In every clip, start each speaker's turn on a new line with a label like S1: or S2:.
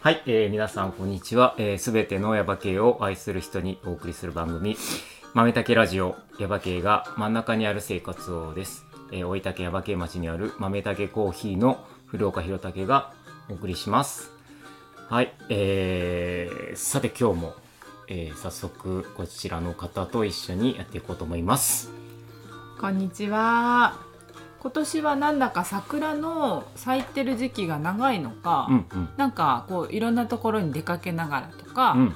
S1: はい、えー皆さんこんにちは。す、えー、べ、てのヤバ系を愛する人にお送りする番組、豆竹ラジオヤバ系が真ん中にある生活をです。えー、大分県ヤバ系町にある豆竹コーヒーの古岡弘武がお送りします。はい、えー、さて今日も、えー早速こちらの方と一緒にやっていこうと思います。
S2: こんにちは。今年はなんだか桜の咲いてる時期が長いのか、
S1: うんうん。
S2: なんかこういろんなところに出かけながらとか、
S1: うん、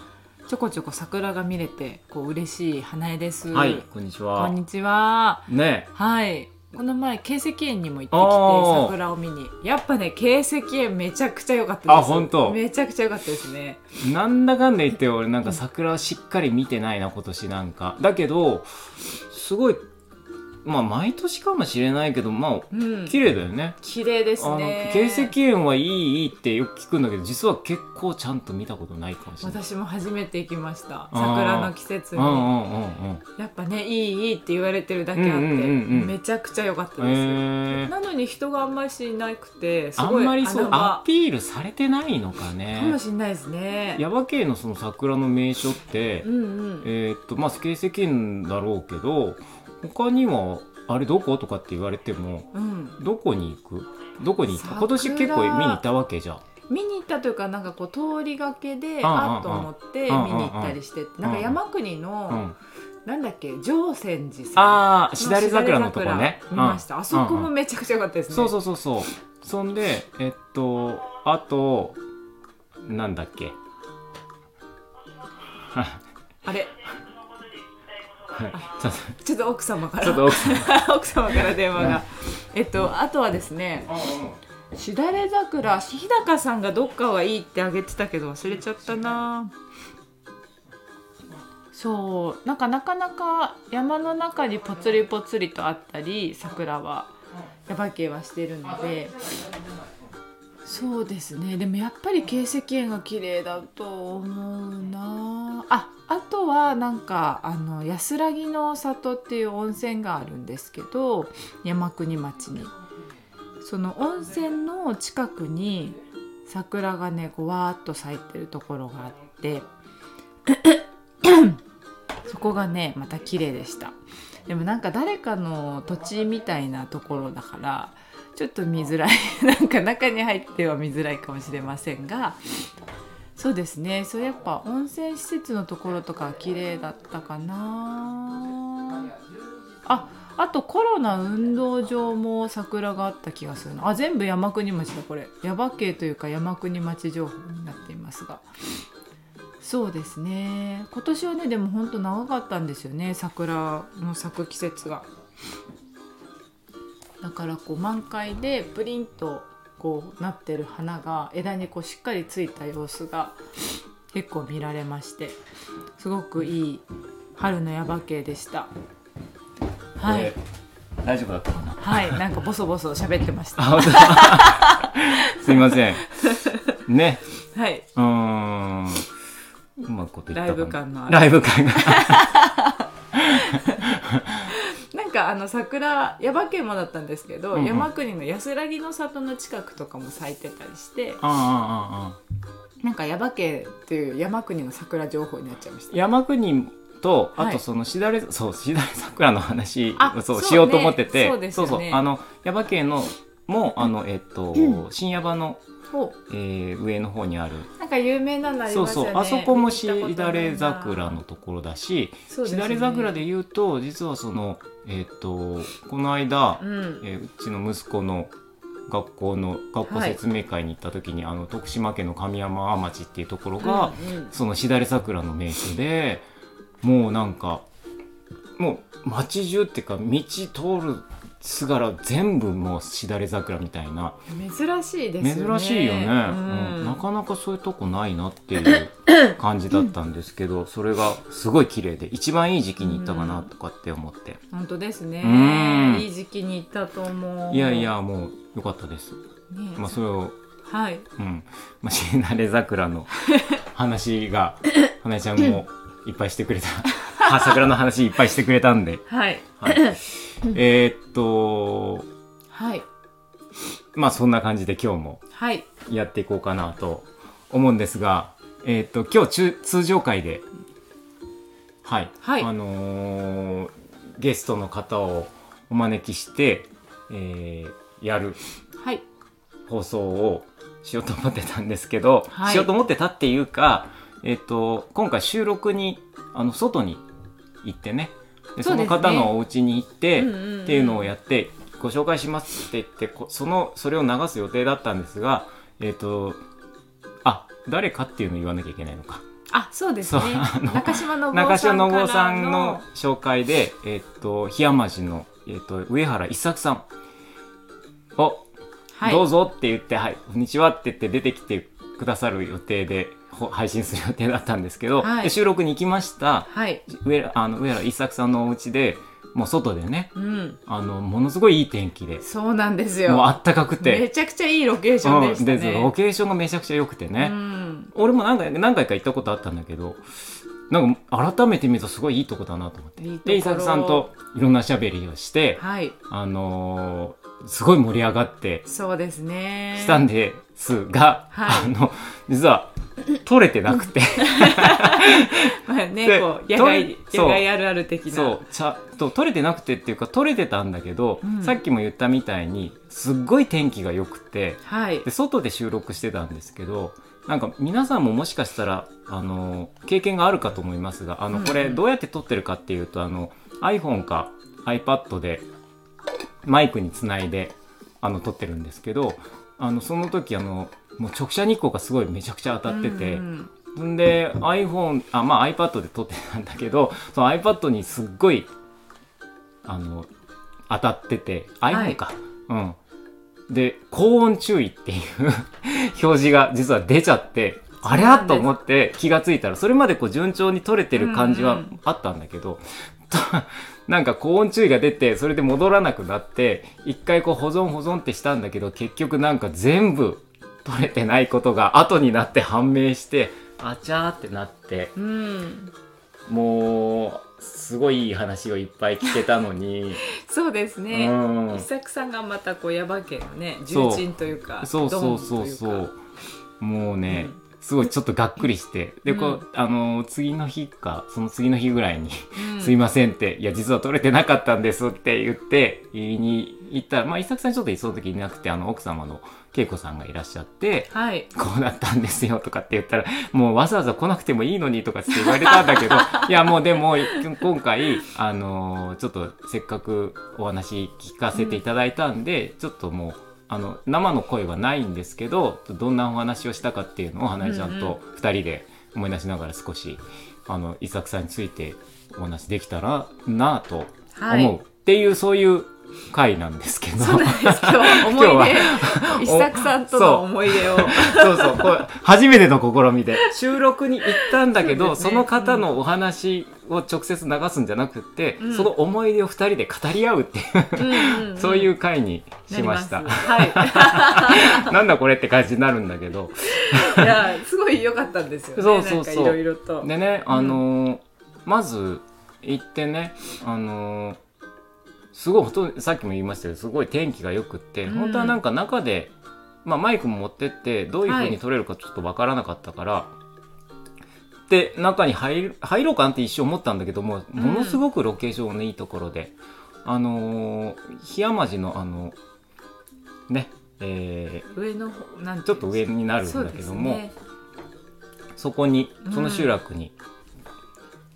S2: ちょこちょこ桜が見れてこう嬉しい花江です。
S1: はい、こんにち
S2: こ
S1: は
S2: ん。にちは。
S1: ね
S2: はい。この前慶石園にも行って
S1: あー
S2: きて桜を見にやっぱね慶石園めちゃくちゃ良かったです
S1: あほんと
S2: めちゃくちゃ良かったですね
S1: なんだかんだ言って俺なんか桜しっかり見てないな今年なんかだけどすごいまあ毎年かもしれないけどま
S2: う
S1: あ
S2: ん
S1: 綺麗だよね
S2: 綺麗です
S1: あの
S2: ね
S1: 形石園はいいいいってよく聞くんだけど実は結構ちゃんと見たことないかもしれない
S2: 私も初めて行きました
S1: あー
S2: 桜の季節
S1: うん
S2: に
S1: うんうん
S2: やっぱねいいいいって言われてるだけあって、
S1: うんうんうんうん
S2: めちゃくちゃ良かった
S1: うん
S2: です、
S1: へえ
S2: なのに人があんまりしなくてす
S1: あ
S2: ごい
S1: んまりそう
S2: 穴
S1: ア
S2: 場
S1: ピールされてないのか
S2: かも
S1: ね
S2: しれないですね
S1: 耶馬渓のその桜の名所って、
S2: うんうん
S1: えーっとまあ形石園だろうけど他にはあれどことかって言われても
S2: うん、
S1: どこに行くどこに行った
S2: 桜
S1: 今年結構見に行ったわけじゃん
S2: 見に行ったというかなんかこう通りがけで
S1: ああああ
S2: あっと思って見に行ったりしてなんか山国
S1: う
S2: の
S1: ん、
S2: なんだっけ常泉寺さん
S1: ああしだれ桜のとこね
S2: 見まし
S1: う
S2: た
S1: ん
S2: あそこも
S1: うん
S2: めちゃくちゃ良かったですね
S1: そうそうそうそうそんでえっとあとなんだっけ
S2: あれ
S1: ちょっ
S2: ちょっと奥様か
S1: とち
S2: ら
S1: ょっと奥さん
S2: 奥様から電話がえっとあとはですねしだれ桜日高さんがどっかはいいってあげてたけど忘れちゃったなそうなんかなかなか山の中にぽつりぽつりとあったり桜は耶馬渓はしてるのでそうですねでもやっぱり形石園が綺麗だと思うなああとはなんかあの安らぎの里っていう温泉があるんですけど山国町にその温泉の近くに桜がねこうわーっと咲いてるところがあって そこがねまた綺麗でしたでもなんか誰かの土地みたいなところだからちょっと見づらい なんか中に入っては見づらいかもしれませんがそうですねそうやっぱ温泉施設のところとかは綺麗だったかなああとコロナ運動場も桜があった気がするなあ全部山国町だこれ耶馬渓というか山国町情報になっていますがそうですね今年はねでも本当長かったんですよね桜の咲く季節がだからこう満開でプリンとこうなってる花が枝にこうしっかりついた様子が結構見られましてすごくいい春の耶馬渓でした。はい、
S1: これ大丈夫だったかな
S2: はい、なんかボソボソ喋ってまし
S1: あ
S2: た。
S1: 本当だ すいませんね
S2: はい、
S1: うーんうまいこと言っ
S2: ラ
S1: たか
S2: イブ
S1: な
S2: 感のある。
S1: ライブ感が
S2: なんかあの桜、耶馬渓もだったんですけど、
S1: うんうん
S2: 山国の安らぎの里の近くとかも咲いてたりして。
S1: うんうんうんうん
S2: なんか耶馬渓っていう山国の桜情報になっちゃいました。
S1: 山国と
S2: はい
S1: あとそのしだれ、そうしだれ桜の話
S2: あ
S1: をそう
S2: そうね
S1: しようと思ってて
S2: そうですよね
S1: そうあの耶馬渓のもあのえっと、
S2: う
S1: 新耶馬の、
S2: ほ
S1: えー上の方にある、
S2: うなんか有名なのあり
S1: そう
S2: ますよ
S1: そ
S2: ね。
S1: うあそこも
S2: 見たこと
S1: しだれ桜
S2: な
S1: のところだし、
S2: いな。そうです
S1: し
S2: ね
S1: だれ桜。で言うと実はそのえっとこの間、
S2: うん。
S1: えーうちの息子の学校の学校
S2: はい
S1: 説明会に行った時に、あの徳島県の神山町っていうところが、
S2: うんうん
S1: そのしだれ桜の名所でもうなんかもう街中っていうか道通るすがら全部もうしだれ桜みたいな、
S2: 珍しいですよね。
S1: 珍しいよね、
S2: う
S1: うん
S2: ん。
S1: なかなかそういうとこないなっていう感じだったんですけどそれがすごい綺麗で一番いい時期に行ったかなとかって思って、
S2: 本当です
S1: うん
S2: ね。いい時期に行ったと思う。
S1: いやい。やもう良かったです、
S2: ね、
S1: まあ、それを
S2: はい。
S1: うんまあ、しだれ桜 の話が花江ちゃんもいっぱいしてくれたあ桜の話いっぱいしてくれたんで
S2: はい。
S1: はい、えーっと
S2: はい。
S1: まあそんな感じで今日も
S2: はい。
S1: やっていこうかなと思うんですが、えー、と今日中通常会で、はい
S2: はい
S1: あのーゲストの方をお招きして、えーやる
S2: はい
S1: 放送をしようと思ってたんですけど、
S2: はい
S1: しようと思ってたっていうか、えっと今回収録にあの外に行ってねで
S2: そ
S1: そう
S2: で
S1: の
S2: すね
S1: 方のお家に行って、
S2: うんうんうん
S1: っていうのをやってご紹介しますって言ってこそのそれを流す予定だったんですがえっとあ誰かっていうの言わなきゃいけないのか
S2: あそうですね
S1: そうあの
S2: 中島信
S1: 中
S2: 夫さ
S1: 島
S2: んか
S1: 信夫
S2: ら
S1: さんの
S2: の
S1: 紹介で、えっと檜山市の、えっと上原一作さんを
S2: はい
S1: どうぞって言って「はいこんにちは」って言って出てきてくださる予定でほ配信する予定だったんですけど、
S2: はい
S1: で収録に行きました
S2: はい
S1: 上あの上原一作さんのお家でもう外でね
S2: うん
S1: あのものすごいいい天気で
S2: そうなんです
S1: もうあ
S2: よ
S1: ったかく
S2: め
S1: て
S2: ちゃくちゃいいロケーションでした
S1: うんでロ
S2: ね
S1: ケーションがめちゃくちゃ良くて
S2: う
S1: ね、
S2: ん
S1: 俺も何回何回か行ったことあったんだけどなんか改めて見るとすごいいいとこだなと思って
S2: いいところ
S1: で伊作さんといろんなしゃべりをして、
S2: はい
S1: あのーすごい盛り上がって
S2: そうですね
S1: したんですが、
S2: はい
S1: あの実は取れてなく て
S2: まあね
S1: で
S2: こう野外
S1: と
S2: 野
S1: そう
S2: 外あるある的な
S1: そうちゃと取れてなくてっていうか取れてたんだけど、
S2: うん
S1: さっきも言ったみたいにすっごい天気が良くて
S2: はい
S1: で外で収録してたんですけどなんか皆さんももしかしたらあの経験があるかと思いますがあ
S2: う
S1: の
S2: ん
S1: これどうやって撮ってるかっていうとあの iPhone か iPad でマイクにつないであの撮ってるんですけどあのその時あのもう直射日光がすごいめちゃくちゃ当たってて。
S2: うん
S1: んで iPhone あまあ iPad で撮ってたんだけどその iPad にすっごいあの当たってて
S2: はい
S1: iPhone か、うんで高温注意っていう 表示が実は出ちゃってあれ
S2: そうな
S1: ゃ
S2: んです
S1: と思って気がついたらそれまでこう順調に撮れてる感じ
S2: うんう
S1: は
S2: ん
S1: あったんだけど、 となんか高温注意が出てそれで戻らなくなって一回こう保存保存ってしたんだけど結局なんか全部取れてないことが後になって判明してあちゃーってなって
S2: うん
S1: もうすごいいい話をいっぱい聞けたのに、
S2: そうです
S1: う
S2: ね
S1: ん
S2: 一、作さんがまたこう矢場家のね
S1: そ
S2: 重
S1: う
S2: 鎮というか
S1: そうそう
S2: ド
S1: そ
S2: ン
S1: う
S2: といか
S1: そうもうね、
S2: うん
S1: すごいちょっとがっくりしてでこう、
S2: う
S1: あの次の日かその次の日ぐらいに
S2: うん
S1: すいませんって、いや、実は取れてなかったんですって言って、言いに行ったら、まあ、伊作さんちょっとその時いなくて、あの、奥様の恵子さんがいらっしゃって、
S2: はい
S1: こうだったんですよとかって言ったら、もうわざわざ来なくてもいいのにとかって言われたんだ けど、いや、もうでも、今回、あのーちょっとせっかくお話聞かせていただいたんで、ちょっともう、あの、生の声はないんですけど、どんなお話をしたかっていうのを、花江ちゃんと2人で思い出しながら少し、あの、伊作さんについてお話できたらなぁと
S2: はい
S1: 思うっていう、そういう回なんですけど。
S2: そうなんです今日は思い
S1: 今日
S2: 出一作さんとの思い出を
S1: そうそう、これ初めての試みで。収録に行ったんだけど、
S2: そうです
S1: そ,、
S2: ね
S1: の方のお話を直接流すんじゃなくて、
S2: うん
S1: その思い出を二人で語り合うっていう、
S2: うんんん
S1: そういう回に
S2: な
S1: し
S2: り
S1: ま
S2: ま
S1: し
S2: す
S1: た。
S2: は
S1: なんだこれって感じになるんだけど。
S2: い。いや、すごい良かったんですよね。
S1: そうそうそう
S2: なんかいろいろと。
S1: でね、あのーまず行ってね、あのーすごいほとんどさっきも言いましたけどすごい天気がよくって、
S2: うん
S1: 本当はなんか中で、まあ、マイクも持ってってどういう風に撮れるかちょっとわからなかったから、で中に入る入ろうかなって一瞬思ったんだけどもうものすごくロケーションのいいところで、あのー檜山寺のあのねえ
S2: 上の方、なん
S1: ーちょっと上にな
S2: あ
S1: るんだけども。そこに
S2: うん
S1: その集落に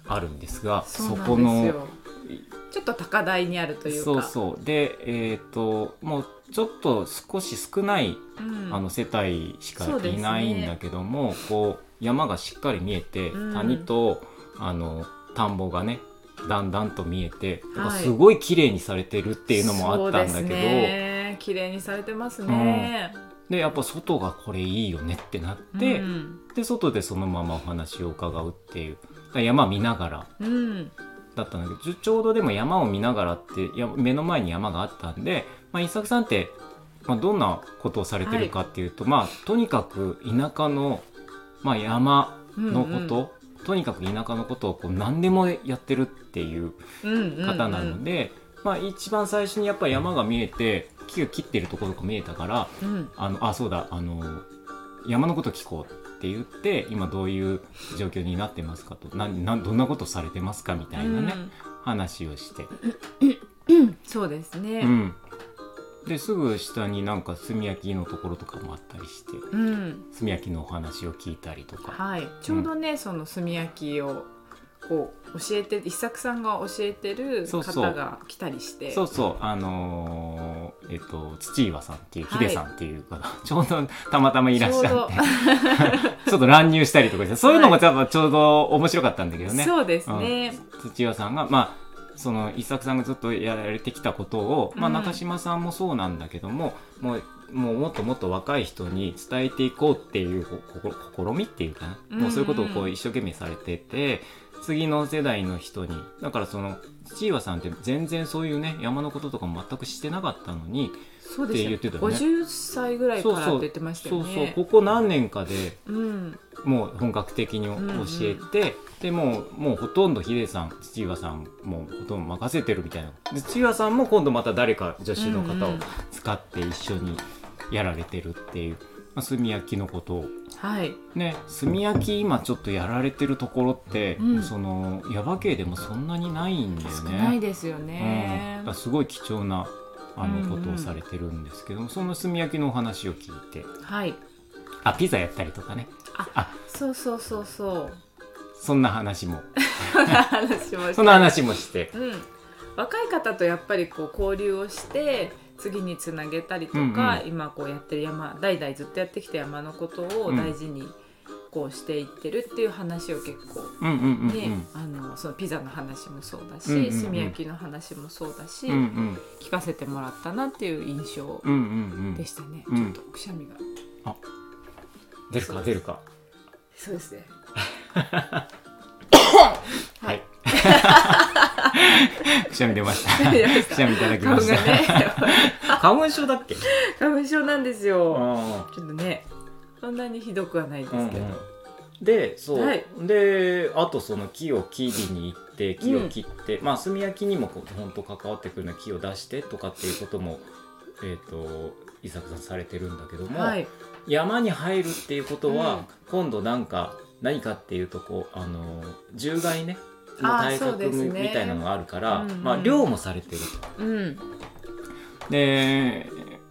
S1: あるんですが、
S2: そ
S1: そ
S2: うな
S1: こ
S2: んです
S1: の
S2: よ。ちょっと高台にあるというか。
S1: そうそうでえっ、ともうちょっと少し少ない、
S2: うん
S1: あの世帯しか
S2: そうですね
S1: いないんだけども、こう山がしっかり見えて、
S2: うん
S1: 谷とあの田んぼがねだんだんと見えて、
S2: はい
S1: なんかすごい綺麗にされてるっていうのもあったんだけ
S2: そう
S1: ど
S2: ですね綺麗にされてますね。
S1: でやっぱ外がこれいいよねってなって、
S2: うん
S1: で外でそのままお話を伺うっていうだから山見ながら
S2: うん。
S1: だったんだけどちょちょうどでも山を見ながらってや目の前に山があったんで、まあ、伊作さんって、まあ、どんなことをされてるかっていうと、まあとにかく田舎の、まあ、山のこと、とにかく田舎のことをこう何でもやってるっていう
S2: うんうんうん
S1: 方なので、まあ、一番最初にやっぱり山が見えて木を切ってるところが見えたから
S2: うん
S1: あのあそうだあの山のこと聞こうっって言って今どういう状況になってますかとななどんなことされてますかみたいなね、話をして、
S2: うんそうです
S1: う
S2: ね。
S1: ん、ですぐ下になんか炭焼きのところとかもあったりして
S2: うん、
S1: 炭焼きのお話を聞いたりとか。
S2: はい。ちょうどね、その炭焼きをこう教えて一作さんが教えてる
S1: そうそう
S2: 方が来たりして、
S1: そうそうあのーえっと土岩さんっていう
S2: は
S1: ヒ
S2: い
S1: デさんっていう方、 ちょうどたまたまいらっし
S2: ちょ
S1: ゃ
S2: う
S1: ってちょっと乱入したりとかしてそういうのも
S2: はい
S1: ちょっとちょうど面白かったんだけど
S2: ど
S1: ね、
S2: そうですね。
S1: 土屋さんがまあその一作さんがずっとやられてきたことを、まあ、
S2: うん
S1: 中島さんもそうなんだけども、もうもうもっともっと若い人に伝えていこうっていうここ試みっていうかな、
S2: うんうん
S1: もうそういうことをこう一生懸命されてて次の世代の人にだからその土岩さんって全然そういうね山のこととかも全くしてなかったのに
S2: そうで
S1: って言って
S2: す
S1: たよ
S2: よ。五
S1: ね
S2: 十歳ぐらいからっ
S1: そ
S2: て
S1: うそう
S2: 言ってました
S1: そ
S2: よ
S1: うそう
S2: ね。
S1: ここ何年かで
S2: うん、
S1: もう本格的に教えて、でもうもうほとんどヒデさん土岩さんもうほとんど任せてるみたいなで土岩さんも今度また誰か女子の方
S2: うんう
S1: を
S2: ん
S1: 使って一緒にやられてるっていう、まあ、炭焼きのことを
S2: はい。
S1: ね炭焼き今ちょっとやられてるところって、
S2: うん
S1: その矢場家でもそんなにないんだよね
S2: 少ないですよ
S1: うん、
S2: ね
S1: だか。らすごい貴重なあ
S2: うん
S1: の
S2: うん
S1: ことをされてるんですけども、その炭焼きのお話を聞いて
S2: はい。
S1: あピザやったりとかね
S2: そうそうそ うそう。
S1: そんな話も
S2: 話しました
S1: そんな話もして。
S2: うん、若い方とやっぱりこう交流をして次につなげたりとか、
S1: うんう
S2: 今こうやってる山代々ずっとやってきた山のことを
S1: うん
S2: 大事にこうしていってるっていう話を結構
S1: うんうんうん
S2: ね、あのそのピザの話もそうだし、
S1: うんうんうん
S2: 炭焼きの話もそうだし、
S1: うんうん
S2: 聞かせてもらったなっていう印象
S1: うんうんう
S2: で
S1: ん
S2: したね、
S1: うん
S2: ちょっとくしゃみが
S1: 出るか出るか
S2: そうですね
S1: は
S2: はいい
S1: くしゃみ出ました
S2: 出まし
S1: く
S2: た
S1: しゃみいただき
S2: 顔
S1: ま
S2: が
S1: した
S2: ね
S1: 花粉症だっけ
S2: 花粉症なんですよ、
S1: あ
S2: ちょっとねそんなにひどくはないです
S1: ーうんう
S2: けど、
S1: んでそう、
S2: はい
S1: であとその木を切りに行って木を切って、まあ炭焼きにもこう本当関わってくるのは木を出してとかっていうこともえっ、と伊作さんされてるんだけども、
S2: はい、
S1: 山に入るっていうことは、
S2: うん
S1: 今度なんか何かっていうとこうあの獣害ねの
S2: あー
S1: 対
S2: そう
S1: 策
S2: です
S1: み,、
S2: ね
S1: たいなのがあるから、
S2: うんうん
S1: まあ、漁もされてる
S2: うん、
S1: と。で、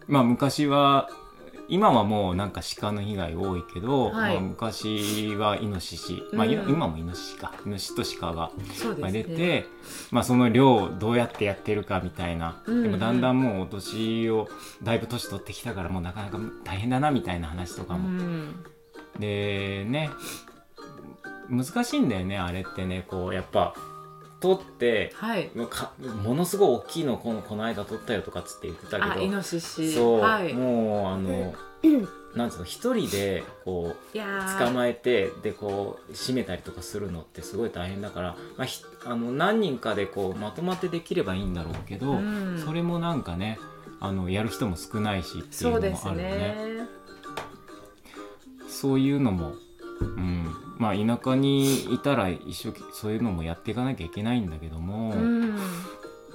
S1: まあ、昔は今はもうなんか鹿の被害多いけど、
S2: はい
S1: まあ、昔はイノシシ、まあい
S2: うん
S1: 今もイノシシかイノシシと鹿が
S2: そうです
S1: まあ
S2: ね。
S1: 出て、まあ、その量をどうやってやってるかみたいな、
S2: うんうん
S1: でもだんだんもうお年をだいぶ年取ってきたからもうなかなか大変だなみたいな話と
S2: う
S1: かも
S2: ん、
S1: でね難しいんだよねあれってねこうやっぱ取って
S2: はい。
S1: もうかものすごい大きいのこのこの間取ったよとかっつって言ってた
S2: あ、
S1: け
S2: イ
S1: ど
S2: ノシシ。
S1: そう、
S2: はい。
S1: もうあの
S2: うん
S1: なんつうの一人でこう
S2: いやー
S1: 捕まえてでこう締めたりとかするのってすごい大変だから、まあ、ひあの何人かでこうまとまってできればいいんだろうけど、
S2: うん
S1: それもなんかねあのやる人も少ないしっていう
S2: そう
S1: の
S2: で
S1: も
S2: す
S1: あるよね
S2: ね。。
S1: そういうのも、うん、まあ田舎にいたら一生懸命そういうのもやっていかなきゃいけないんだけども、
S2: うん、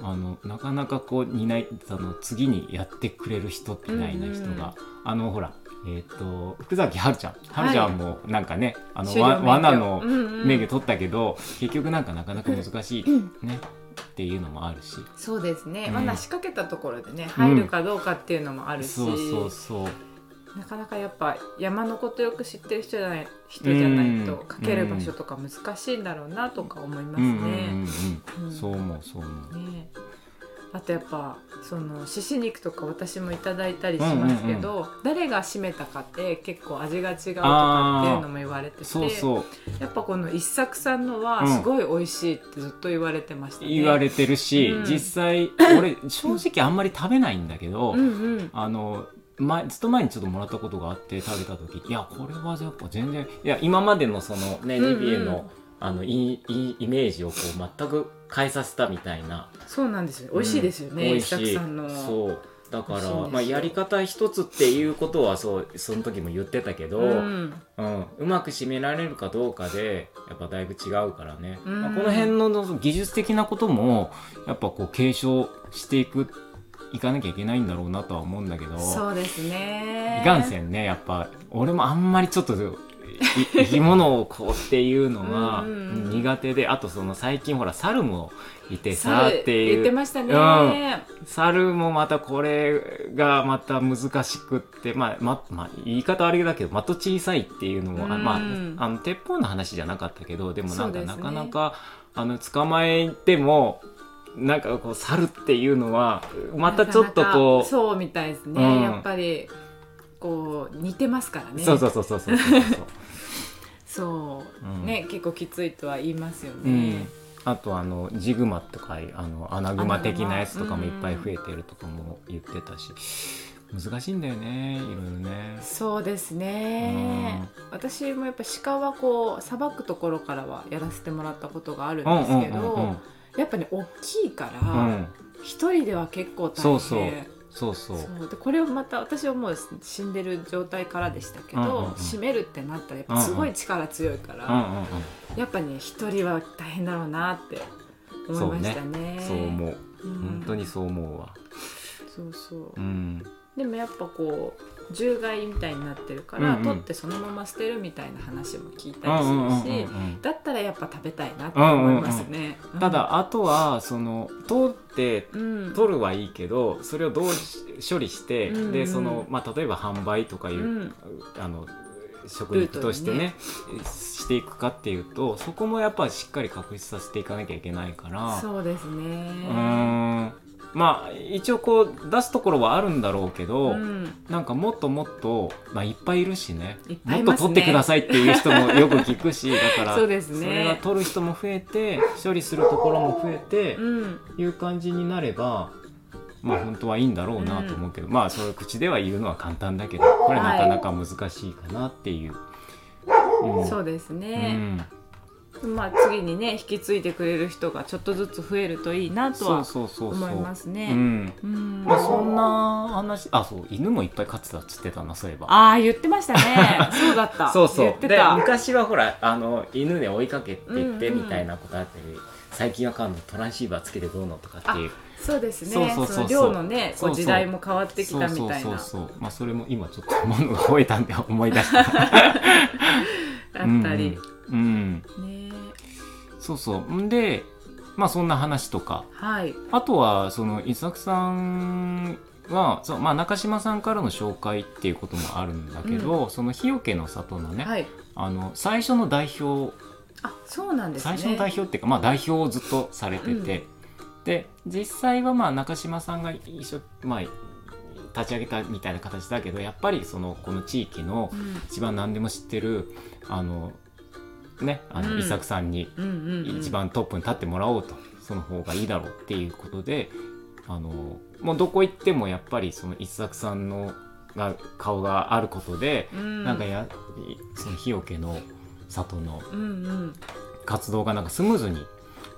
S1: あのなかなかこう担いあの次にやってくれる人っていないね、
S2: うんうん
S1: 人があのほらえっ、と福崎春ちゃん春ちゃんもなんかね、あの
S2: 狩猟
S1: わ
S2: 免許
S1: 罠の
S2: うんうん
S1: 免許取ったけど、結局なんかなかなか難しいね、っていうのもあるし
S2: そうですね。
S1: うん
S2: 罠仕掛けたところでね、入るかどうかっていうのもあるし、
S1: そうそうそう
S2: なかなかやっぱ山のことよく知ってる人じゃない人じゃないと
S1: うん
S2: かける場所とか難しいんだろうなとか思います
S1: うんうん
S2: ね。
S1: うんう
S2: うんん
S1: そう思うそう思う
S2: ねあとやっぱその獅子肉とか私もいただいたりしますけど、誰が締めたかって結構味が違うとかっていうのも言われてて
S1: そうそう
S2: やっぱこの一作さんのは
S1: うん
S2: すごい美味しいってずっと言われてましたね。
S1: 言われてるし、
S2: うん
S1: 実際俺正直あんまり食べないんだけど、
S2: うんうん
S1: あの前ずっと前にちょっともらったことがあって食べた時いやこれはやっぱ全然いや今までのそのね
S2: うんうん
S1: ジビエの,、あのイイイメージをこう全く変えさせたみたいな
S2: そうなんですよ美味しいですよね、
S1: うん美
S2: 一
S1: 味し
S2: 作
S1: い
S2: さんの。
S1: そうだか
S2: 美味しいんで
S1: ら、
S2: すよ
S1: まあ、やり方一つっていうことはそうその時も言ってたけど、
S2: うん
S1: うん、うまく締められるかどうかでやっぱだいぶ違うからね、
S2: うん
S1: まあ、この辺のの技術的なこともやっぱこう継承していくいかなきゃいけないんだろうなとは思うんだけど
S2: そうですね。
S1: いかんせんねやっぱ俺もあんまりちょっと生き物をこうっていうのが
S2: うんうんうん
S1: 苦手であとその最近ほら猿もいてさ
S2: 猿
S1: って
S2: 言っ
S1: い
S2: て
S1: う
S2: ましたね、
S1: う猿もまたこれがまた難しくって、まあままあ、言い方あれだけど的小さいっていうのも、あ
S2: うん
S1: まあ、あの鉄砲の話じゃなかったけどでもなん
S2: そう
S1: か
S2: です
S1: な
S2: ね
S1: かなか、あの捕まえてもなんかこう猿っていうのはまたちょっと
S2: なかな
S1: こ
S2: かそうみたいですね、
S1: うん
S2: やっぱりこう似てますから
S1: う
S2: ね
S1: そうそうそうそうそうそう そう。
S2: そう
S1: うん
S2: ね結構きついとは言いますよ
S1: う
S2: ね
S1: ん、、あとあのジグマとかあのアナグマ的なやつとかもいっぱい増えてるとかも言ってたし、難しいんだよねいろいろね。
S2: そうですね、私もやっぱ鹿はこうさばくところからはやらせてもらったことがあるん
S1: うん
S2: ですけど、やっぱね大きいか
S1: うんうんう
S2: ら
S1: ん
S2: 一、人では結構大変
S1: そうそうそうそう
S2: そうでこれをまた私はもう死んでる状態からでしたけど、
S1: うんうんうん
S2: 締めるってなったらやっぱすごい力強いか
S1: うん
S2: ら、
S1: うんうん
S2: やっぱね一人は大変だろうなって思いましたね。
S1: そう思う
S2: うん
S1: 本当にそう思うわ。
S2: そうそう
S1: うん
S2: でもやっぱこう獣害みたいになってるから、
S1: うんうん
S2: 取ってそのまま捨てるみたいな話も聞い
S1: うん
S2: た
S1: う
S2: りす
S1: んうん
S2: るし、
S1: うん
S2: だったらやっぱ食べたいなって思いますね。うん
S1: た、だあとはその通って
S2: うん、
S1: 取るはいいけどそれをどうし処理して、
S2: うんうん
S1: でその、まあ、例えば販売とかいう、
S2: うん
S1: あの食肉としてねしていくかっていうとそこもやっぱしっかり確立させていかなきゃいけないから
S2: そうです
S1: う
S2: ね。
S1: ーんまあ一応こう出すところはあるんだろうけど、
S2: うん
S1: なんかもっともっと、まあ、いっぱいいるしね
S2: いっぱ
S1: も
S2: い
S1: っ
S2: い
S1: と
S2: ますね
S1: 取ってくださいっていう人もよく聞くしだから
S2: そうですね
S1: それが取る人も増えて処理するところも増えて。
S2: うん
S1: いう感じになればまあ本当はいいんだろうなと思うけど、まあそれ口では言うのは簡単だけどこれなかなか難しいかなっていう。うん
S2: そうです
S1: う
S2: ね、
S1: ん
S2: まあ次にね引き継いでくれる人がちょっとずつ増えるといいなと
S1: そう
S2: は
S1: そうそうそう
S2: 思います
S1: う
S2: ね。
S1: ん
S2: うん
S1: まあ、そんな話あそう犬もいっぱい飼ってたっつってたなそういえば。
S2: ああ言ってましたね。そうだっ た。
S1: そうそう
S2: 言って
S1: で
S2: た。
S1: 昔はほらあの犬で追いかけてって
S2: うんう
S1: み
S2: ん
S1: たいなことあったり、最近は飼うのトランシーバーつけてどうのとかっていう
S2: そうですね。
S1: そうそうそうそう
S2: その量のね、
S1: そう
S2: こ
S1: そう
S2: う時代も変わってきたみたい
S1: そう
S2: な
S1: そうそうそうまあそれも今ちょっと物が増えたんで思い出 した
S2: あったり、
S1: うんうんうん
S2: ね。
S1: そうそうんでまあそんな話とか
S2: はい。
S1: あとはその伊作さんはそう、まあ、中島さんからの紹介っていうこともあるんだけど、その日よけの里のね、
S2: はい。
S1: あの最初の代表、
S2: あ、そうなんですね。
S1: 最初の代表っていうか、まあ、代表をずっとされてて、で実際はまあ中島さんが一緒、まあ、立ち上げたみたいな形だけどやっぱりそのこの地域の一番何でも知ってるあのねあ
S2: う
S1: の
S2: ん
S1: 伊作さんに
S2: うん、うんうん、うん。
S1: 一。番トップに立ってもらおうとその方がいいだろうっていうことであのもうどこ行ってもやっぱりその一作さんのが顔があることで、
S2: うん。
S1: なんかやその日よけの里の
S2: うんうん。
S1: 活動がなんかスムーズに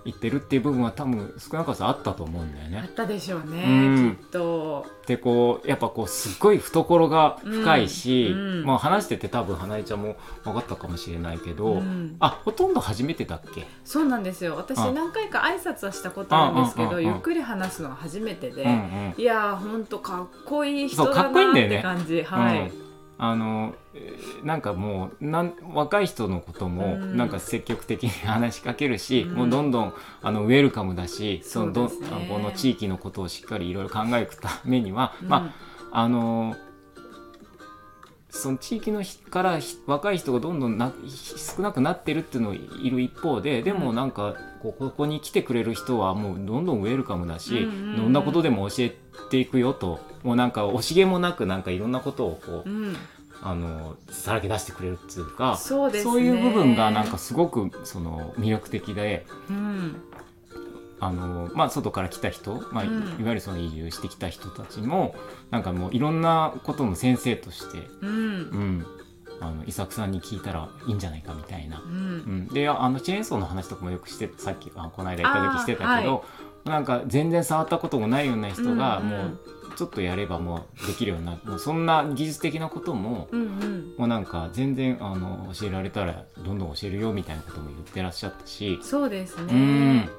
S1: いってるっていう部分は多分少なからずあったと思うんだよ
S2: あ
S1: ね
S2: っ。たでしょうね。
S1: うん
S2: きっと。
S1: でこうやっぱこうすっごい懐が深いし、
S2: うんうん
S1: まあ、話してて多分花江ちゃんも分かったかもしれないけど、
S2: うん
S1: あほとんど初めてだっけ
S2: そうなんですよ私
S1: あ
S2: 何回か挨拶はしたことあるんですけ
S1: あああ
S2: ど
S1: あ
S2: ゆっくり話すのが初めてで、
S1: うんうん
S2: いやーほんとかっこいい人
S1: そうか
S2: だ
S1: っこいい
S2: なんっ
S1: だよね
S2: て感じ、はい、
S1: うんあのえーなんかもうなん若い人のことも
S2: うん
S1: なんか積極的に話しかけるし、
S2: うん
S1: もうどんどんあのウェルカムだしそのど
S2: そうですね
S1: あこの地域のことをしっかりいろいろ考えていくためには、
S2: うん
S1: まああのその地域の人からひ若い人がどんどんなひ少なくなってるっていうのをいる一方ででも
S2: うん
S1: なんかこここに来てくれる人はもうどんどんウェルカムだし、
S2: うんうんうん
S1: どんなことでも教えていくよともうなんか惜しげもなくなんかいろんなことをこう、
S2: うん、
S1: あのさらけ出してくれるっていうか
S2: そうですね
S1: いう部分がなんかすごくその魅力的で
S2: うん
S1: あの、まあ、外から来た人、まあい
S2: う
S1: い
S2: ん
S1: わゆるその移住してきた人たちもなんかもういろんなことの先生として、
S2: うん
S1: うん、あの伊作さんに聞いたらいいんじゃないかみたいな
S2: う。ん
S1: うん、でああのチェーンソーの話とかもよくしてさっきあこの間行った時してたけど、なんか全然触ったこともないような人が、
S2: うんうん
S1: もうちょっとやればもうできるようになもうそんな技術的なことも
S2: うんうん、
S1: もうなんか全然あの教えられたらどんどん教えるよみたいなことも言ってらっしゃったし、
S2: そうです
S1: うん
S2: ね。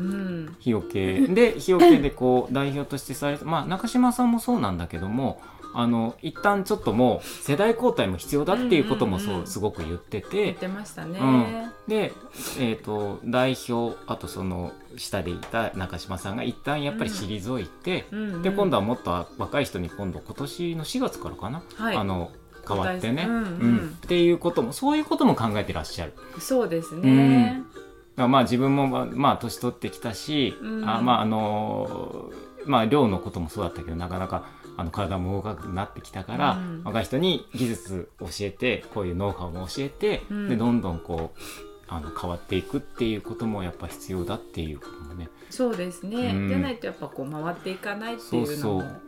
S2: うん
S1: 日よけで日よけでこ う代表としてされてまあ中島さんもそうなんだけどもあの一旦ちょっともう世代交代も必要だっていうこともそう、
S2: うんうんうん
S1: すごく言って
S2: 言
S1: て
S2: ってましたね、
S1: うんで、えー、と代表あとその下でいた中島さんが一旦やっぱり退いて、
S2: うんうん
S1: で今度はもっと若い人に今度今年の4月からかな、
S2: はい
S1: あの変わってね、
S2: うんうん
S1: っていうこともそういうことも考えてらっしゃる。
S2: そうですね、
S1: だからまあ自分もまあまあ年取ってきたし、
S2: うん
S1: あまああのーまあ寮のこともそうだったけどなかなかあの体も動かなくなってきたから、
S2: うん
S1: 若い人に技術教えてこういうノウハウも教えて、
S2: うん
S1: でどんどんこうあの変わっていくっていうこともやっぱ必要だっていうこともね
S2: そうですね、
S1: うん
S2: じゃないとやっぱこう回っていかないっていうのも
S1: そう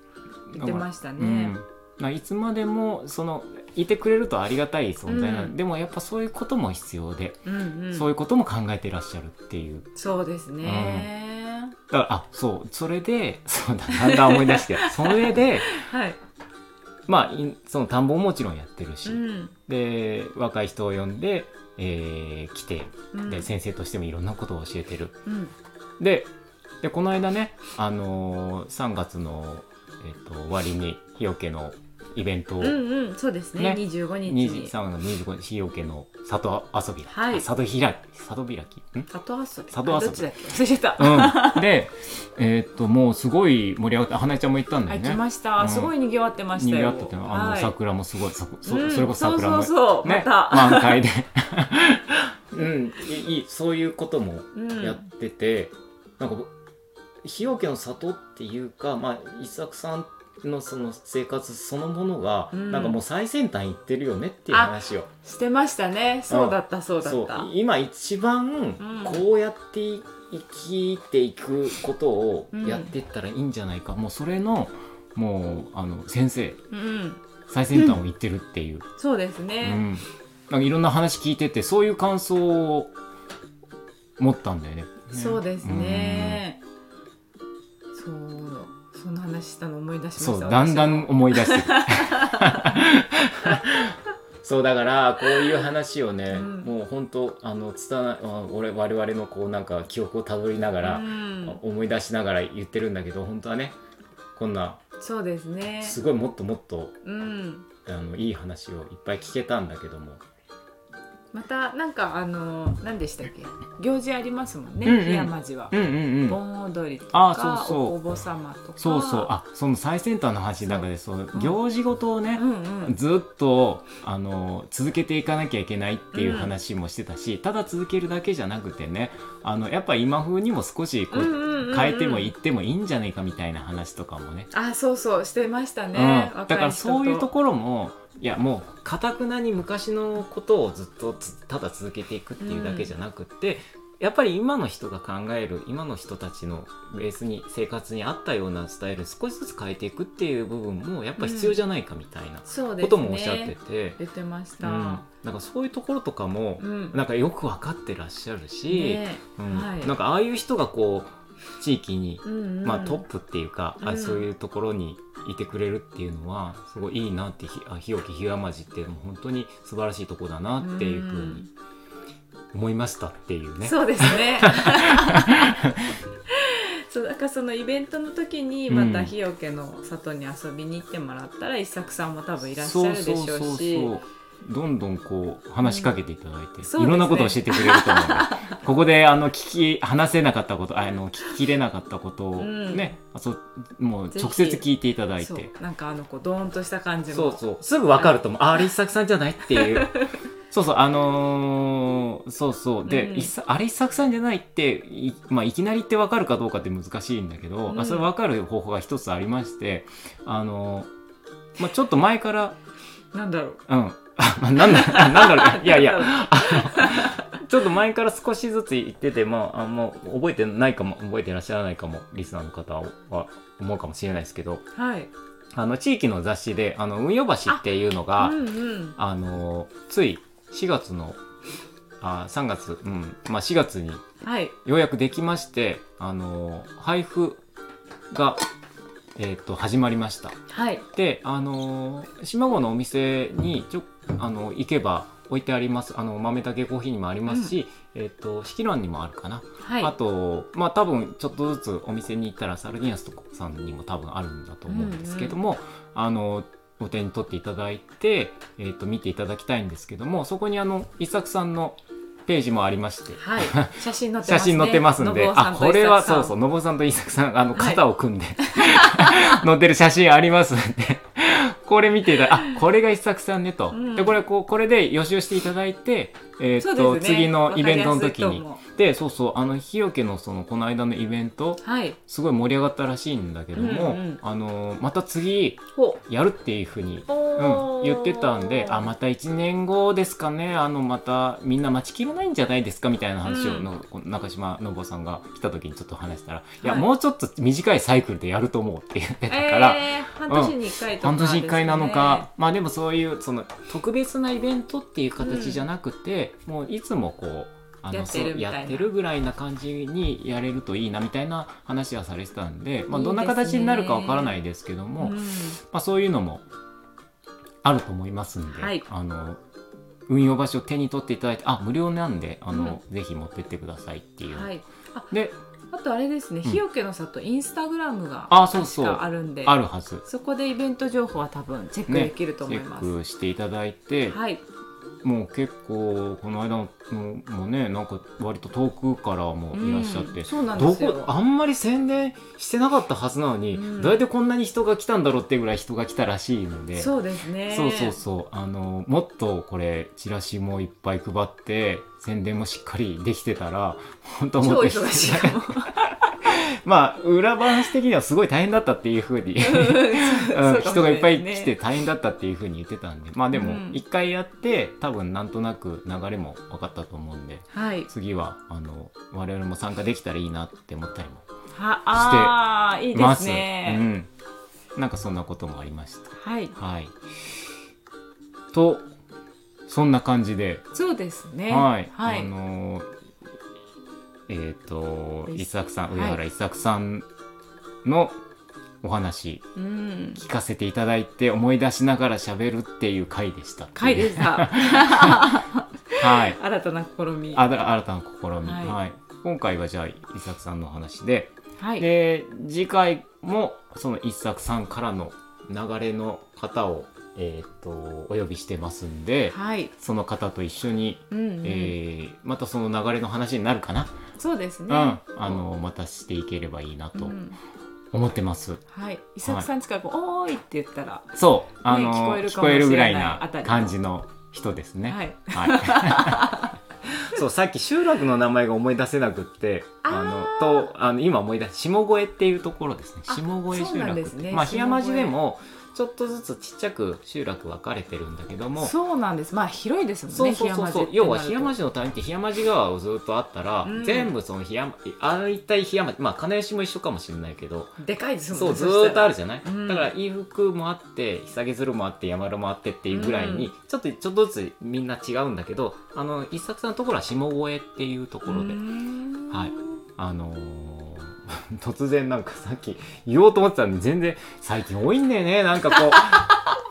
S2: 言ってましたね
S1: うんだからいつまでもそのいてくれるとありがたい存在なの、
S2: うん
S1: でもやっぱそういうことも必要で、
S2: うんうん
S1: そういうことも考えてらっしゃるっていう
S2: そうですね、
S1: だからあそうそれで そうだだんだん思い出してそれで
S2: はい、
S1: まあいその田んぼももちろんやってるし、
S2: うん
S1: で若い人を呼んで、えー来て
S2: うん
S1: で先生としてもいろんなことを教えてる
S2: うん
S1: ででこの間ね、あのー3月の、えー、と終わりに日よけのイベントを、
S2: うんうんそうですね
S1: ね
S2: 二25日
S1: 2
S2: に
S1: 時3月の25日日よけの里遊びだ、
S2: はい
S1: あ里開き里開き ん
S2: 里遊び
S1: 里遊び
S2: あどっちだっけ忘れちゃった、
S1: うん、で、えーっともうすごい盛り上がって花江ちゃんも行ったんだ
S2: あ
S1: よ
S2: 行き
S1: ね。
S2: ました、
S1: うん
S2: すごい賑わってました
S1: にぎ
S2: よ
S1: わっててあの、
S2: はい
S1: 桜もすごいそそ
S2: うん
S1: それこそ桜も、
S2: そうそうそう
S1: ね
S2: また
S1: 満開で うんいいいそういうことも
S2: うん
S1: やってて、なんかぼ日よけの里っていうか、まあ、伊作さんのその生活そのものが、
S2: うん
S1: なんかもう最先端行ってるよねっていう話を
S2: してましたねそうだったそうだ
S1: そ
S2: っ
S1: う
S2: た
S1: 今一番
S2: うん
S1: こうやってい生きていくことをやっていったらいいんじゃないか、もうそれのもうあの先生
S2: うん
S1: 最先端を言ってるっていう、
S2: そうです
S1: うん
S2: ね、
S1: なんかいろんな話聞いててそういう感想を持ったんだよね。
S2: そうですね、そうその話したの思い出し
S1: う
S2: ま
S1: ん。
S2: した
S1: そうだんだん
S2: 私も
S1: 思い出して くるそうだからこういう話をね、
S2: うん
S1: もう本当あのつたなあ俺我々のこうなんか記憶をたどりながら、
S2: うん、
S1: 思い出しながら言ってるんだけど本当はねこんな
S2: そうですね
S1: すごいもっともっと
S2: うん
S1: あのいい話をいっぱい聞けたんだけども、
S2: またなんかあの何でしたっけ行事ありますもんね
S1: うんうん
S2: 檜山寺は
S1: んうん
S2: 盆踊りと
S1: あそ
S2: か
S1: うそう
S2: お坊様とか
S1: そうそうあその最先端の話の中でそう
S2: うん
S1: 行事ごとをね
S2: う、んうん
S1: ずっとあの続けていかなきゃいけないっていう話もしてたし、ただ続けるだけじゃなくてねあのやっぱ今風にも少しこう、
S2: うんうんうんうん
S1: 変えてもいってもいいんじゃないかみたいな話とかもね
S2: あそうそうしてましたね、
S1: うん、だ
S2: 若い人
S1: からそういうところもいやもうかたくなに昔のことをずっとつただ続けていくっていうだけじゃなくって、やっぱり今の人が考える今の人たちのベースに生活に合ったようなスタイルを少しずつ変えていくっていう部分もやっぱ必要じゃないかみたいな
S2: そうですね
S1: こともおっしゃってて、
S2: 言ってまし
S1: う
S2: た、
S1: ん、なんかそういうところとかも
S2: うん
S1: なんかよく分かってらっしゃるし、
S2: ね
S1: うん
S2: はい
S1: なんかああいう人がこう地域に
S2: うんうん
S1: まあ、トップっていうか、
S2: う
S1: あ
S2: ん
S1: そういうところにいてくれるっていうのはすごいいいなってひあ日置ひわまじっていうのも本当に素晴らしいとこだなっていうふうに思いましたっていうね。
S2: そうですね そうだからそのイベントの時にま
S1: う
S2: た
S1: ん
S2: 日よけの里に遊びに行ってもらったら一作さんも多分いらっしゃるでしょうし
S1: そうそうそうそうどんどんこう話しかけていただいて、
S2: んそうですね
S1: いろんなことを教えてくれると思うので ここであの聞き話せなかったことあの聞ききれなかったことを
S2: うん
S1: ね、あそうもう
S2: ぜひ
S1: 直接聞いていただい
S2: そう
S1: て
S2: なんかあのこうドーンとした感じも
S1: そうそうすぐ分かると思うああれ一作さんじゃないっていう そうそうあのーそうそうで、
S2: うん
S1: 一作あれ一作さんじゃないってい,、まあ、いきなりって分かるかどうかって難しいんだけど、
S2: うん
S1: あそれ分かる方法が一つありましてあのーまあ、ちょっと前から
S2: なんだろう
S1: うん あまあなん だあなんだろういやい
S2: なんだ
S1: や
S2: ろう
S1: ちょっと前から少しずつ言っててまああもう覚えてないかも覚えてらっしゃらないかもリスナーの方はは思うかもしれないですけど
S2: はい
S1: あの地域の雑誌で「あの運用橋」っていうのが、
S2: うんうん
S1: あのつい4月のあ3月、うんまあ、4月に
S2: はい
S1: ようやくできましてあの配布が、えー、と始まりました
S2: はい
S1: であの島郷のお店にちょあの行けば置いてありますあの豆だけコーヒーにもありますし、えっと式蘭にもあるかな、
S2: はい
S1: あとまあ多分ちょっとずつお店に行ったらサルディアスとかさんにも多分あるんだと思うんですけども、あのお手に取っていただいて、えっと見ていただきたいんですけどもそこにあの一作さんのページもありまして、
S2: はい、写真載ってます、ね、
S1: 写真載ってますんで、
S2: 信夫さ
S1: あ、
S2: んと
S1: これは
S2: 伊
S1: そ
S2: 作さん
S1: うそう、のぼうさんと伊作さん、あの、
S2: はい
S1: 肩を組んで、 載ってる写真ありますんで、これ見ていただあ、これが伊作さんねと。
S2: うん
S1: で、これ、こう、これで予習していただいて、えーっ
S2: そ
S1: と、
S2: うですね
S1: 次のイベントの時
S2: わかり
S1: に
S2: やすいと思。
S1: で、そうそう、あの、日よけのその、この間のイベント、
S2: はい、
S1: すごい盛り上がったらしいんだけども、
S2: うんうん
S1: あのー、また次、
S2: ほ
S1: やるっていうふうに
S2: う、
S1: う
S2: お
S1: ん、
S2: ー
S1: 言ってたんであまた1年後ですかねあのまたみんな待ちきれないんじゃないですかみたいな話を
S2: うん
S1: の、この中島信夫さんが来た時にちょっと話したら、い、
S2: は
S1: や
S2: い
S1: もうちょっと短いサイクルでやると思うって言ってたから、
S2: えー、半年に一回とか、
S1: 半年1回なのか、、まあでもそういうその特別なイベントっていう形じゃなくて、もういつもこうあ
S2: や
S1: の
S2: っ
S1: そ
S2: てる
S1: う
S2: みたいな
S1: やってるぐらいな感じにやれるといいなみたいな話はされてたんで、まあ、
S2: いいですね
S1: どんな形になるかわからないですけど
S2: う
S1: も。
S2: ん、
S1: まあ、そういうのもあると思いますんで、
S2: はい
S1: あの運用場所を手に取っていただいてあ無料なんであの、ぜひ持ってってくださいっていう、
S2: はい
S1: で
S2: あとあれですね、
S1: うん
S2: 日よけの里インスタグラムが
S1: あそうそう
S2: 確かあるんで
S1: あるはず
S2: そこでイベント情報は多分チェック
S1: ね
S2: できると思
S1: チ
S2: い
S1: ェ
S2: ま
S1: ックしていただいて、
S2: す。はい、
S1: もう結構この間のもねなんか割と遠くからもいらっしゃって、
S2: うんそうなんで
S1: ど
S2: すよ
S1: こあんまり宣伝してなかったはずなのに、
S2: うん
S1: どうやってこんなに人が来たんだろうっていうぐらい人が来たらしいので
S2: そうですね。
S1: そうそうそうあのもっとこれチラシもいっぱい配って宣伝もしっかりできてたら本当
S2: 超
S1: もっと
S2: 忙しいかも。
S1: まあ裏話的にはすごい大変だったっていうふうに
S2: う
S1: うんん人がいっぱい来て。大変だったっていうふうに言ってたんでまあで
S2: う
S1: も
S2: ん
S1: 一回やって多分なんとなく流れも分かったと思うんで
S2: はい。
S1: 次はあの我々も参加できたらいいなって思ったりも
S2: はああいい
S1: し
S2: で
S1: ますす。
S2: ね。
S1: うん、なんかそんなこともありました。
S2: はい。
S1: はい。と、そんな感じで、
S2: そうですね。
S1: はい、
S2: は
S1: あ
S2: い。
S1: のーえっ、と、
S2: です
S1: 一作さん、
S2: は
S1: 上
S2: い
S1: 原一作さんのお話、
S2: うん。
S1: 聞かせていただいて、思い出しながら喋るっていう回でした。
S2: 回でし。た。
S1: はい。
S2: 新たな試み。
S1: あだ新たな試み、は。
S2: はいい
S1: 今回はじゃあ、一作さんのお話で、
S2: はい。
S1: で、次回も、その一作さんからの流れの方を、えっ、と、お呼びしてますんで、
S2: はい。
S1: その方と一緒に、
S2: うんうん
S1: えーまたその流れの話になるかな、
S2: そうです
S1: うん、
S2: ね。
S1: あのまたしていければいいな
S2: う
S1: と
S2: ん
S1: 思ってます。
S2: はい。伊作さん近くおーいって言ったら。
S1: そう、あの、
S2: ね聞こえる
S1: 聞
S2: か
S1: こ
S2: もし
S1: え
S2: れな
S1: る
S2: い
S1: ぐらいな
S2: あたりの
S1: 感じの人ですね。
S2: はい。
S1: はい。 そうさっき集落の名前が思い出せなくってあのとあの今思い出し下越っていうところですね
S2: あ
S1: 下越
S2: そう
S1: 集
S2: なん
S1: 落
S2: で
S1: っ
S2: す
S1: て、
S2: ね
S1: まあ檜山
S2: 下
S1: 寺で
S2: 越
S1: もちょっとずつちっちゃく集落分かれてるんだけども
S2: そうなんです。まあ広いですもん
S1: そう
S2: ね。
S1: そうそうそう
S2: 檜山寺ってなると
S1: 要は檜山。市の谷って檜山市川をずっとあったら、
S2: うん
S1: 全部その檜山あの一帯檜山まあ金吉も一緒かもしれないけど
S2: でかいです
S1: そ
S2: もん
S1: う
S2: ね。
S1: ずーっとある
S2: そし
S1: じゃない、
S2: うん
S1: だから伊福もあって久げ鶴もあって山呂もあってっていうぐらいに、
S2: うん
S1: ちょっとちょっとずつみんな違うんだけどあの一作さんのところは下越っていうとこ
S2: たら。
S1: ろで、
S2: うーん
S1: はいあのー 突然なんかさっき言おうと思ってたのに全然最近多いんだよねなんかこ う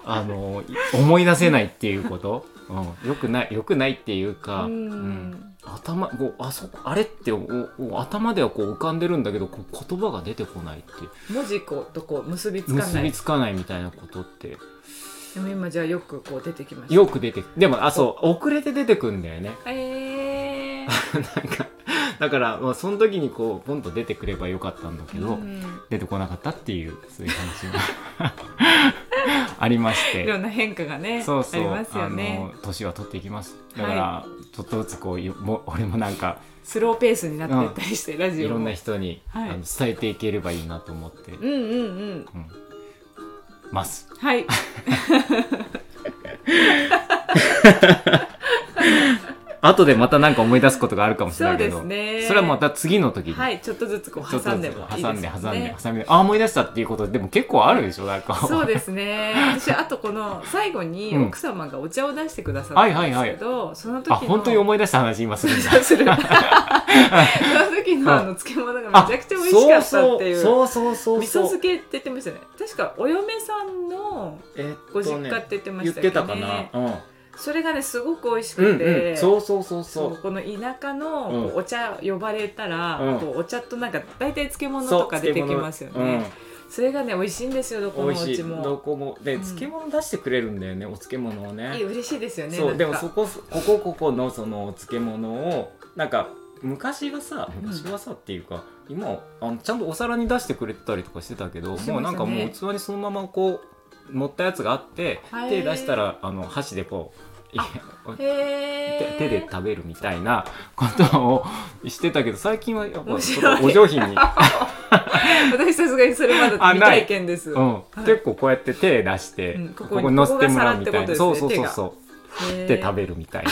S1: あのー思い出せないっていうこと、うん、よくないよくないっていうか、う
S2: う
S1: ん
S2: ん。
S1: 頭こうあそこあれっておお頭ではこう浮かんでるんだけどこう言葉が出てこないって
S2: 文字こうとこう結びつか
S1: 結
S2: な
S1: び
S2: い。
S1: つかないみたいなことって
S2: でも今じゃあよくこう出てきました。
S1: よく出てでもあそう遅れて出てくんだよね
S2: ええ
S1: なんかだから、まあ、その時にこうポンと出てくればよかったんだけど、
S2: うん
S1: 出てこなかったっていうそういう話が ありまし
S2: いろ
S1: て。
S2: んな変化がね
S1: そうそう
S2: ありますよね
S1: あの年は取っていきますだから、ちょっとずつこうよも俺もなんか
S2: スローペースになっていったりして、ラジオ
S1: い
S2: も
S1: ろんな人に、
S2: はい
S1: あの伝えていければいいなと思って
S2: うんうんうん
S1: うんます。
S2: はい
S1: 後でまた何か思い出すことがあるかもしれ
S2: そ
S1: な
S2: う
S1: いけ
S2: で
S1: ど、
S2: すね
S1: それはまた次の時に。
S2: はいちょっとずつこ
S1: ちょ
S2: う
S1: っと
S2: 挟
S1: ずつ
S2: んでもいいです
S1: 挟
S2: よ
S1: んで
S2: ね
S1: 挟んで挟んであ思い出したっていうことでも結構ある でしょなんか
S2: そうですね私あとこの最後に
S1: うん
S2: 奥様がお茶を出してくださったんですけど、その時
S1: あ
S2: の
S1: 本当に思い出した話今するんだ
S2: その時のあの漬物がめちゃくちゃ美味しかったっていう
S1: そうそうそう
S2: 味噌
S1: そうそう
S2: 漬けって言ってましたね確かお嫁さんの
S1: えっ
S2: ご
S1: と
S2: 実
S1: ね
S2: 家って言ってま
S1: 言っ
S2: したけ
S1: てた
S2: ど、
S1: か
S2: ね
S1: な、うん、
S2: それがねすごく美味し
S1: うん
S2: くて、
S1: うんそうそうそうそ
S2: そう
S1: う
S2: この田舎の
S1: うん
S2: こうお茶呼ばれたら、
S1: うん
S2: こうお茶となんか大体漬物
S1: そう
S2: とか出てきますよねそ,、れがね美味しいんですよどこ
S1: うん、
S2: の
S1: 美
S2: お
S1: 味し
S2: 家
S1: いど
S2: も
S1: こもで
S2: うん
S1: 漬物出してくれるんだよね、お漬物をね
S2: いい嬉しいですよね
S1: そうでも
S2: なんか
S1: そこここここのそのお漬物をなんか昔はさ
S2: うん
S1: 昔はさっていうか、今あのちゃんとお皿に出してくれてたりとかしてたけど
S2: してま
S1: も
S2: したね
S1: うなんかもう器にそのままこう持ったやつがあって
S2: へー
S1: 手出したらあの箸でこうい
S2: へ
S1: 手手
S2: え
S1: で食べるみたいな ことをしてたけど最近はやっぱ
S2: 面
S1: ち
S2: 白
S1: ょ
S2: い
S1: っとお上品 に、
S2: 私さすがにそれまだ
S1: あ
S2: 未
S1: ない
S2: 体験です、
S1: う
S2: へ
S1: ん、結構こうやって手出して、
S2: うんここ
S1: こ
S2: に
S1: こに乗せてもらうみたいな、
S2: ここが皿
S1: そ
S2: っ
S1: う
S2: て
S1: そ
S2: こ
S1: う
S2: とです
S1: そうそ
S2: ね
S1: う
S2: え
S1: 手食べるみたいな、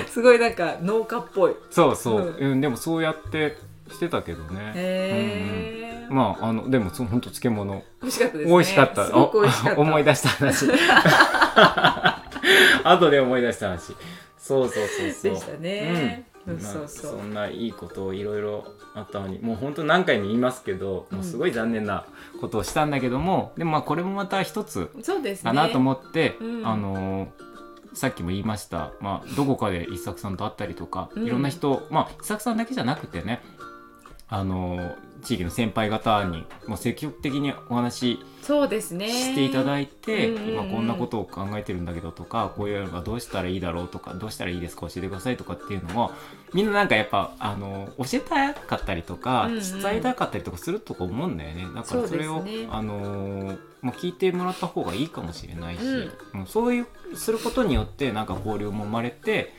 S1: うん、
S2: すごいなんか農家っぽいへ
S1: そうそう、
S2: う
S1: うん、でもそうやってしてたけどね、
S2: え、
S1: まああのでもそのほんと漬物
S2: 美味しかったですね
S1: 美味しかった
S2: すごく美味しかっ
S1: お
S2: た
S1: 思い出した 話後で思い出した話そうそうそうそう
S2: でしたね、
S1: うん
S2: そうそうそう、
S1: まあそんないいことをいろいろあったのにもう本当何回も言いますけど、もうすごい残念なことをしたんだけどもでもまあこれもまた一つ
S2: そうですね
S1: だなと思って、
S2: うん
S1: あのーさっきも言いました、まあ、どこかで一作さんと会ったりとか、
S2: うん
S1: いろんな人、まあ、一作さんだけじゃなくてねあのー地域の先輩方にもう積極的にお話
S2: そうですね
S1: ししていただ
S2: い
S1: いて、
S2: うんうんうん
S1: 今こんなことを考えてるんだけどとかこういうのがどうしたらいいだろうとかどうしたらいいですか教えてくださいとかっていうのをみんななんかやっぱあのー教えたかったりとか、
S2: うんうん
S1: 伝えたかったりとかするとか思うんだよねだからそれを
S2: そうですね
S1: あのーまあ、聞いてもらった方がいいかもしれないし、
S2: う
S1: うんそういうすることによってなんか交流も生まれて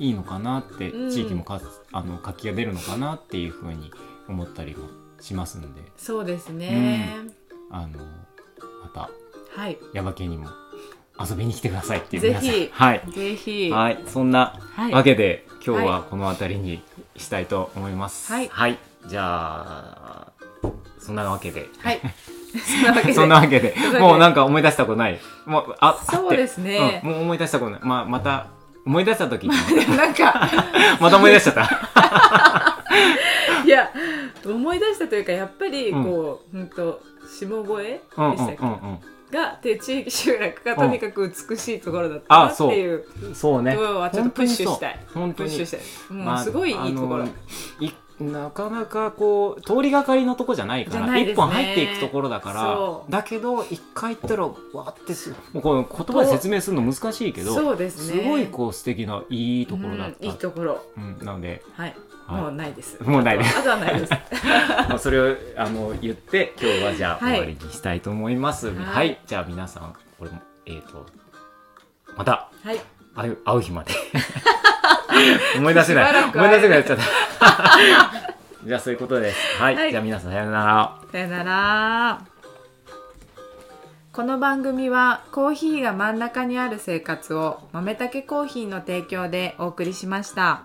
S1: いいのかなって、
S2: うん
S1: 地域もかあの活気が出るのかなっていうふうに思ったりもしますんで
S2: そうですね、
S1: あのーまた
S2: はい
S1: ヤバ系にも遊びに来てくださいっていう
S2: ぜ
S1: 皆
S2: ひ
S1: さんはい、
S2: ぜひ
S1: はい、そんな
S2: はい
S1: わけで、今日
S2: は
S1: はこの辺りにしたいと思います。
S2: はい
S1: じゃあそんなわけで。
S2: はい。そんなわけで。
S1: そんなわけで
S2: んなわけで、
S1: もうなんか思い出したことない。もう、あ、あって
S2: そうですね
S1: うんもう思い出したことない。まあ、また、思い出した時に、
S2: でもなんか、
S1: また思い出しちゃ った。
S2: いや、思い出したというか、やっぱり、こう、うんと、下越
S1: うん
S2: え
S1: う
S2: で
S1: んう
S2: したっけ
S1: ん
S2: が、で、地域集落がとにかく美しいところだった
S1: あ
S2: なって
S1: そう
S2: いう
S1: うん。そうね
S2: とこ。ろはちょっとプッシュしたい。
S1: 本当
S2: プッ
S1: に
S2: シュ。したい。もうすごいいいところ。
S1: いなかなかこう通りがかりのとこじゃないか
S2: じゃ
S1: ら
S2: ない
S1: 一、
S2: ですね
S1: 本入っていくところだか
S2: そ
S1: らだけど一回行ったらわーってすもうこの言葉で説明するの難しいけど
S2: そうですね。
S1: ごいこう素敵ないいところだっ
S2: うんいい
S1: た、
S2: ところ。
S1: うんなので、
S2: はい。
S1: はい
S2: もうないです。
S1: もうないです
S2: あとはないです。
S1: まあ、それをあの言って今日はじゃあ
S2: はい
S1: 終わりにしたいと思いますはい、
S2: い
S1: じゃあ皆さんこれもえっ、とまた
S2: はい。
S1: 会う会う日まで 思い出せな
S2: しば
S1: い
S2: らく
S1: 思い
S2: 会
S1: 出せ
S2: えな
S1: ないくなっちゃったじゃあそういうこと ですはい、
S2: はい
S1: じゃあ皆さんさようなら
S2: さよならこの番組はコーヒーが真ん中にある生活を豆たけコーヒーの提供でお送りしました。